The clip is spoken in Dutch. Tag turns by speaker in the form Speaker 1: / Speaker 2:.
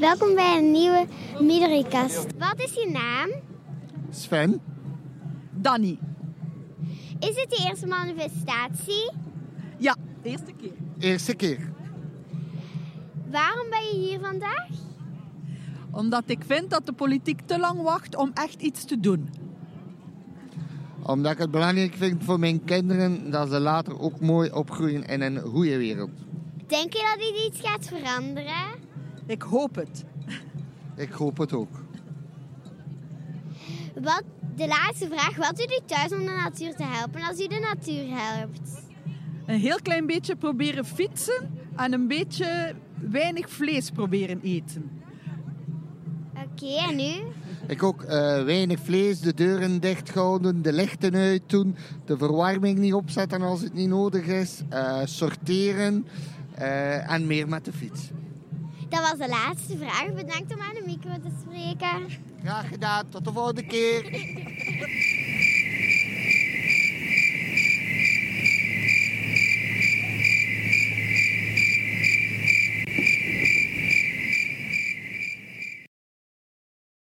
Speaker 1: Welkom bij een nieuwe Midderikast. Wat is je naam?
Speaker 2: Sven,
Speaker 3: Danny.
Speaker 1: Is het de eerste manifestatie?
Speaker 3: Ja, de eerste keer.
Speaker 2: eerste keer.
Speaker 1: Waarom ben je hier vandaag?
Speaker 3: Omdat ik vind dat de politiek te lang wacht om echt iets te doen.
Speaker 2: Omdat ik het belangrijk vind voor mijn kinderen dat ze later ook mooi opgroeien in een goede wereld.
Speaker 1: Denk je dat dit iets gaat veranderen?
Speaker 3: Ik hoop het.
Speaker 2: Ik hoop het ook.
Speaker 1: Wat, de laatste vraag. Wat doet u thuis om de natuur te helpen als u de natuur helpt?
Speaker 3: Een heel klein beetje proberen fietsen en een beetje weinig vlees proberen eten.
Speaker 1: Oké, en u?
Speaker 2: Ik ook eh, weinig vlees, de deuren dicht houden, de lichten uit doen, de verwarming niet opzetten als het niet nodig is, eh, sorteren eh, en meer met de fiets.
Speaker 1: Dat was de laatste vraag. Bedankt om aan de micro te spreken.
Speaker 2: Graag gedaan, tot de volgende keer.